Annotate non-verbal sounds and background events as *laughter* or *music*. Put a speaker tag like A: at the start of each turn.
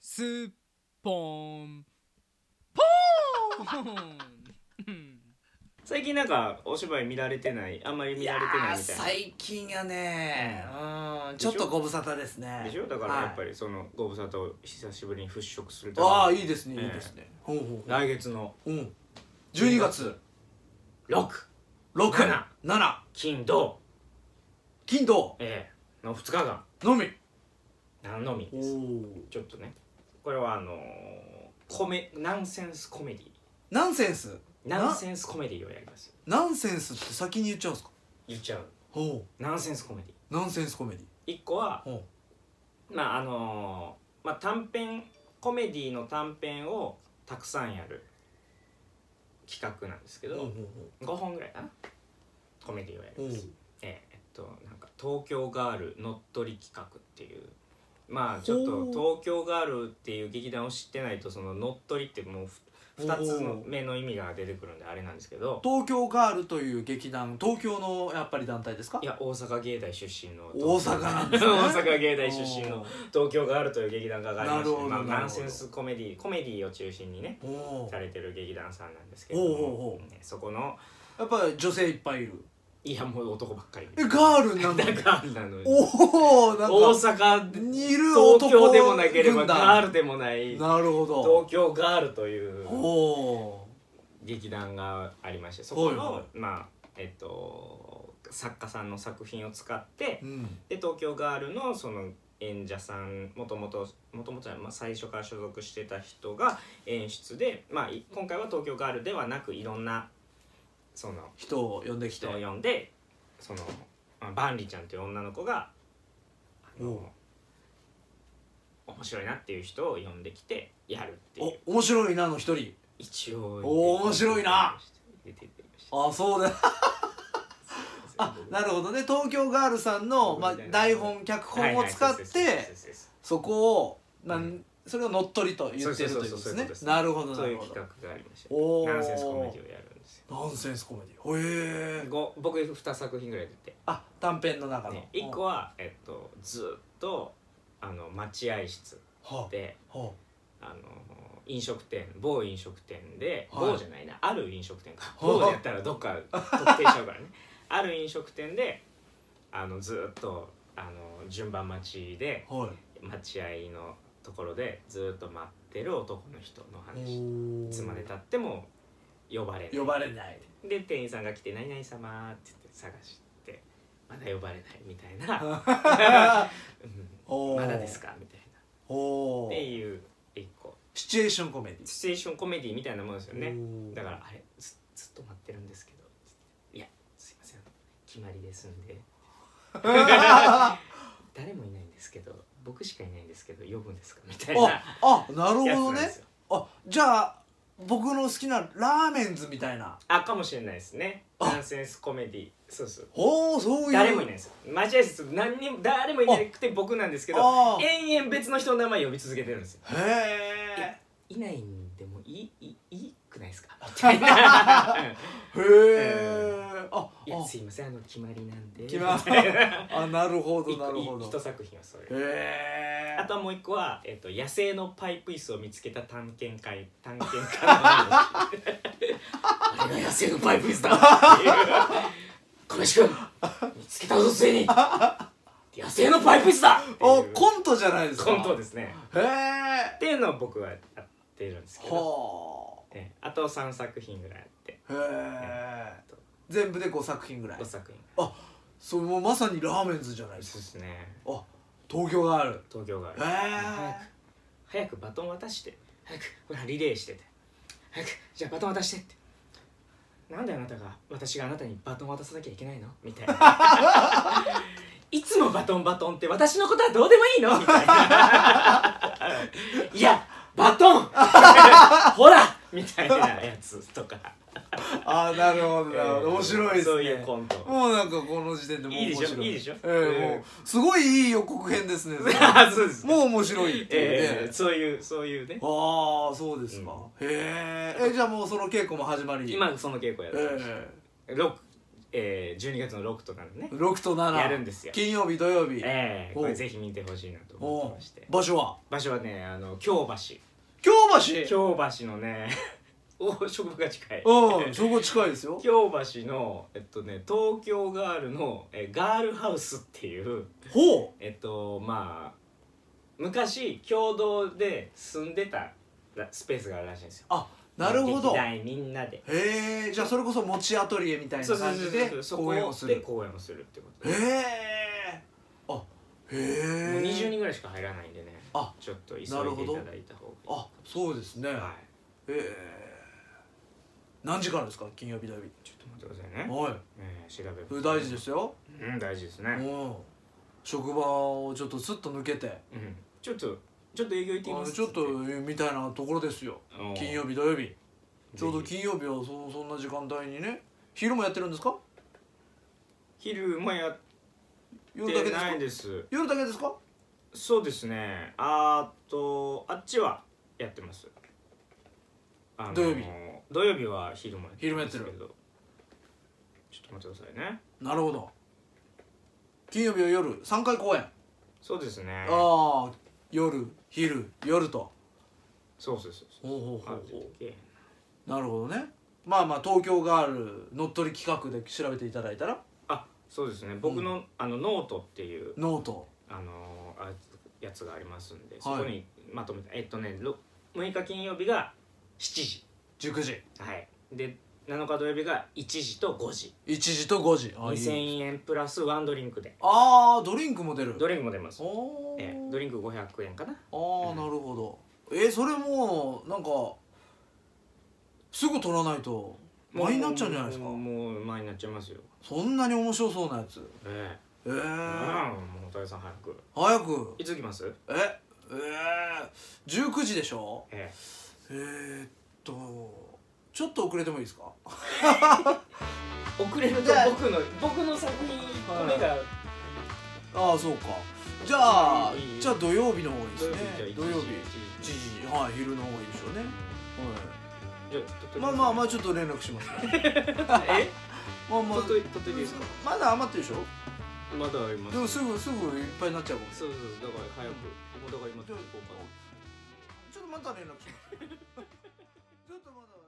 A: スッポンポーン
B: 最近なんかお芝居見られてないあんまり見られてないみたいな
C: 最近やねうんちょっ
B: でし
C: と
B: ょ
C: ご無沙汰ですね
B: でしょだからやっぱ
C: り、
B: りそのご無沙汰を久しぶりに払拭するために
C: ああーいいですね
B: ええ
C: いいですね、ほうほう
B: 来月の
C: うん12月
B: 6
C: 67
B: 七
C: 七
B: 金土、
C: 金土
B: ええの2日間
C: のみ
B: 何のみ
C: お
B: ですちょっとねこれはあのー、コメナンセンスコメディ
C: ナンセンス
B: ナンセンスコメディをやります
C: ナンセンスって先に言っちゃうんですか
B: 言っちゃう
C: ほ
B: ナンセンスコメディ
C: うナンセンスコメディ
B: 一個は
C: ほ
B: まああのーまあ短編コメディの短編をたくさんやる企画なんですけ
C: うほうほ
B: ど、5本ぐらいかなコメディをやります、
C: うん
B: えええっとなんか東京ガール乗っ取り企画っていうまあちょっと東京ガールっていう劇団を知ってないとその乗っ取りってもう2つの目の意味が出てくるんであれなんですけど
C: う東京ガールという劇団東京のやっぱり団体ですか
B: いや大阪芸大出身の
C: 大阪なんですね
B: *laughs* 大阪芸大出身の東京ガールという劇団がありま
C: なる
B: して
C: ほど
B: ま
C: な
B: あ、
C: るほど
B: ナンセンスコメディコメディを中心にね
C: おお
B: されてる劇団さんなんですけれど
C: おうおうお
B: も
C: う
B: ねそこの
C: やっぱり女性いっぱいいる
B: いやもう男ばっかり
C: えガールなの
B: だガール *laughs* なのに
C: おおなん
B: 大
C: か
B: 阪
C: にいる男
B: 東京でもなければ
C: 軍団
B: ガールでもない東
C: なるほど
B: 京ガールという
C: おお
B: 劇団がありましてそこの、
C: はいは
B: まあえっと作家さんの作品を使って
C: ーうん
B: で東京ガールのその演者さんもともともともとまあ最初から所属してた人が演出で、まあ、い今回は東京ガールではなくいろんなその
C: 人を呼んできて
B: 人を呼んでそのまあバンリちゃんという女の子があ
C: おう
B: の面白いなっていう人を呼んできてやるっていう
C: お面白いなの一人
B: 一応
C: お面白いな
B: 出てってました
C: あそうだ *laughs* あなるほどね東京ガールさんの、まあ、台本脚本を使っ
B: はいはいそ
C: て
B: うですそうです
C: そこをな
B: うん
C: それを乗っ取りと言ってるということ
B: そうそうそうそうい
C: で
B: うことですす
C: ねなるほど
B: そ
C: な
B: うい
C: る
B: う
C: ほど
B: 企画がありまして
C: おー
B: ナンセンスコメディをやるんですよ
C: ナンセンスコメディへえ
B: ご僕2作品ぐらい出て、
C: あ短編の中の
B: ね、1個は、えっと、ずっとあの待合室
C: は
B: で
C: あは
B: あの飲食店某飲食店で、
C: はい
B: 某じゃないなある飲食店か
C: は
B: 某でやったらどっか特定しちゃうからねある飲食店であのずっとあの順番待ちで
C: あはい
B: 待合のところでずっと待ってる男の人の話いつ
C: つ
B: までたっても呼ばれない
C: 呼ばれ
B: *laughs*
C: ない
B: で店員さんが来て「何々様」って言って探してまだ呼ばれないみたいなうん
C: おー
B: まだですかみたいな
C: お
B: っ
C: お
B: ていう一個
C: シチュエーションコメディ
B: シチュエーションコメディみたいなものですよね
C: ね *laughs*
B: だからあれずずっと待ってるんですけどつっていやすいません決まりですんで *laughs*
C: ら
B: 誰もいないんですけど僕しかいないんですけど呼ぶんですかみたいな
C: ああなるほ
B: やつな
C: ど
B: んで
C: ね
B: すよ
C: あじゃあ僕の好きなラーメンズみたいな
B: あかもしれないですねナンセンスコメディそうそう
C: おおそういう
B: 誰もいない
C: い
B: です待合室何にも誰もいなくて僕なんですけど
C: あー
B: 延々別の人の名前呼び続けてるんですよ *laughs*
C: へえ
B: いないんでもいいいいいくないです
C: *laughs*
B: かみたいなうん
C: へえあ
B: いやすいませんあの決まりなんで
C: 決
B: *laughs*
C: ま
B: みたいな
C: ああなるほど
B: 一
C: なる
B: *laughs*
C: ほ
B: 一
C: ど
B: 作品はそれ
C: へえ
B: あとはもう一個は、えっと野生のパイプ椅子を見つけた探検会探検家の話 *laughs* あれが野生のパイプ椅子だっていう小林君見つけたぞついに野生のパイプ椅子だって
C: お
B: いう
C: コントじゃないですか
B: コントですね
C: へえ
B: っていうのを僕はやってるんですけど、
C: は
B: ええあと3作品ぐらいあって
C: あへえ全部で5作品ぐらい
B: 5作品
C: それもうまさにラーメンズじゃないです
B: そ
C: か
B: うですね
C: あ東京がある
B: 東京がある
C: へえ
B: 早くバトン渡して早くほらリレーしてて早くじゃあバトン渡してってなんであなたが私があなたにバトン渡さなきゃいけないのみたいな *laughs* いつもバトンバトンって私のことはどうでもいいのみたいないやバトン *laughs* ほらみたいなやつとか
C: あーなるほどなるほど面白いですね
B: そういうコント
C: もうなんかこの時点でもう
B: いいで
C: 面
B: しょ
C: 白い
B: いいでしょ
C: ええ
B: ええ
C: もうすごいいい予告編ですねそれ
B: *laughs* そうです
C: もう面白いっていうね、
B: ええそういうそういうね
C: ああそうですか、へええじゃあもうその稽古も始まり
B: 今その稽古やってました
C: え
B: 六えー、12月の6と7ね
C: 6と7
B: やるんですよ
C: 金曜日土曜日、
B: えー、こ
C: お
B: れ
C: う
B: ぜひ見てほしいなと思っ
C: お
B: て
C: う
B: まして
C: 場所は
B: 場所はねあの京橋
C: 京橋
B: 京橋のね *laughs* お職場が近い
C: うんそこ近いですよ
B: 京橋のえっとね東京ガールのえガールハウスっていう
C: ほ
B: えっとまあ昔共同で住んでたらスペースがあるらしいんですよ
C: うあなるほど
B: 劇
C: へ
B: 団みんなで
C: えじゃあそれこそ持ちアトリエみたい
B: そ
C: な
B: うそ
C: 感
B: うそう
C: じ
B: そう
C: で
B: そうそこ
C: 公演をす
B: で
C: る
B: 公演をするってこと
C: へ
B: で
C: えあへえ
B: もう20人ぐらいしか入らないんでね
C: あ
B: ちょっと急いでい
C: なるほど
B: ただいた方が
C: あそうですね
B: いい
C: へ
B: はい
C: え何時からですか金曜日土曜日
B: ちょっと待ってくださいね
C: はい
B: えー調べ
C: それ大事ですよ
B: うん大事です
C: う
B: ね
C: ん職場をちょっとスッと抜けて
B: うんちょっとちょっと営業行ってきま
C: あ
B: す
C: ちょっとみたいなところですよ
B: うん
C: 金曜日土曜日ちょうど
B: ぜひ
C: 金曜日はそそんな時間帯にね昼もやってるんですか
B: 昼もやっ
C: 夜だけ
B: て
C: ですか
B: ないんです
C: 夜だけですか
B: そうですねあーっとあっちはやってますあのー
C: 土曜日
B: 土曜日は昼もや
C: 昼もやってる
B: ますけどちょっと待ってくださいね
C: なるほど金曜日は夜3回公演
B: そうですね
C: ああ夜昼夜と
B: そうそうそうそう
C: ほうほうほ
B: あ
C: うほ
B: で
C: うなるほどねまあまあ東京ガール乗っ取り企画で調べていただいたら
B: あそうですね僕の,、あのノートっていう
C: ノート
B: あのーあやつがありますんでそこにまとめて、えっとねろ6日金曜日が7時
C: 19時
B: はいで7日土曜日が1時と5時
C: 1時と5時あいい
B: 2000円プラスワンドリンクで
C: あードリンクも出る
B: ドリンクも出ます
C: おー
B: ええドリンク500円かな
C: あー、なるほどえそれもうなんかすぐ取らないと倍になっちゃうんじゃないですか
B: もうもう前になっちゃいますよ
C: そんなに面白そうなやつ
B: え
C: え
B: え
C: ー、
B: うんもう大江さん早く
C: 早く
B: いつ来ます
C: ええー、19時でしょ
B: え
C: えー、っとちょっと遅れてもいいですか
B: え遅れると
C: じゃあ
B: 僕の僕の作品1個目が
C: ああそうかじゃあ
B: いいいいいい
C: じゃあ土曜日の方がいいですね
B: 土
C: 土
B: 曜
C: 曜
B: 日
C: 日
B: 1
C: 1
B: 時
C: 時はい昼の方がいいでしょうね
B: じゃあ撮
C: は
B: っと
C: いまあまあまあ
B: あ
C: ちょっと連絡し *laughs* ますね
B: え
C: *laughs* まあまあ
B: 撮っとい撮っといていいですか
C: まだ余ってるでしょ
B: まだありま
C: ですもすぐすぐいっぱいになっちゃうかも
B: そうそうそうだから早くもうだから今撮っとこうかな
C: *laughs* ちょっとまた連絡しますちょっとまだ